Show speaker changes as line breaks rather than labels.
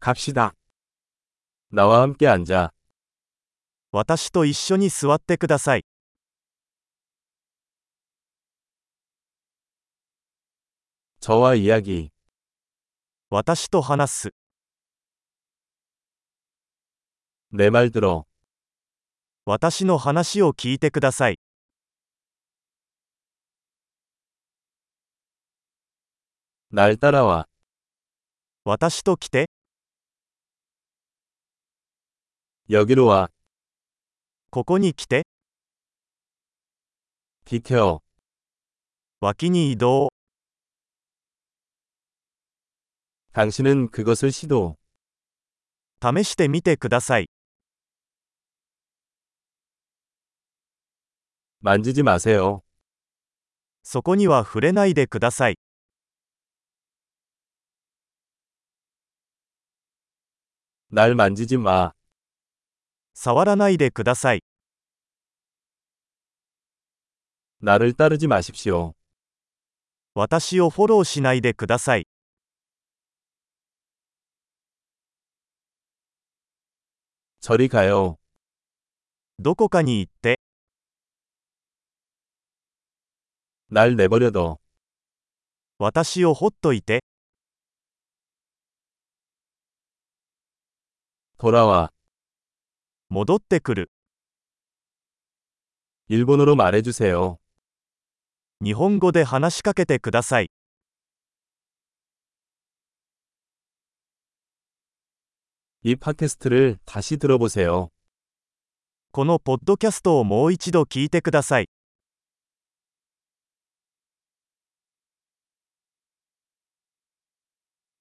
갑시다. 나와 함께 앉아.
私と一緒に座ってください。
저와 이야기.
私と話す。
내 말 들어.
私の話を聞いてください。
날 따라와.
私と来て、
여기로 와.
ここに来て、
비켜.
脇に移動。
당신은 그것을 시도.
試してみてください。
만지지 마세요.
そこには触れないでください。
날 만지지 마.
触らないでください。
나를 따르지 마십시오.
私をフォローしないでください。
저리 가요.
どこかに行って、
날 내버려둬.
私をほっといて、
돌아와.
戻ってくる。
일본어로 말해주세요.
日本語で話しかけてください。
이 팟캐스트를 다시 들어보세요.
このポッドキャストをもう一度聞いてください。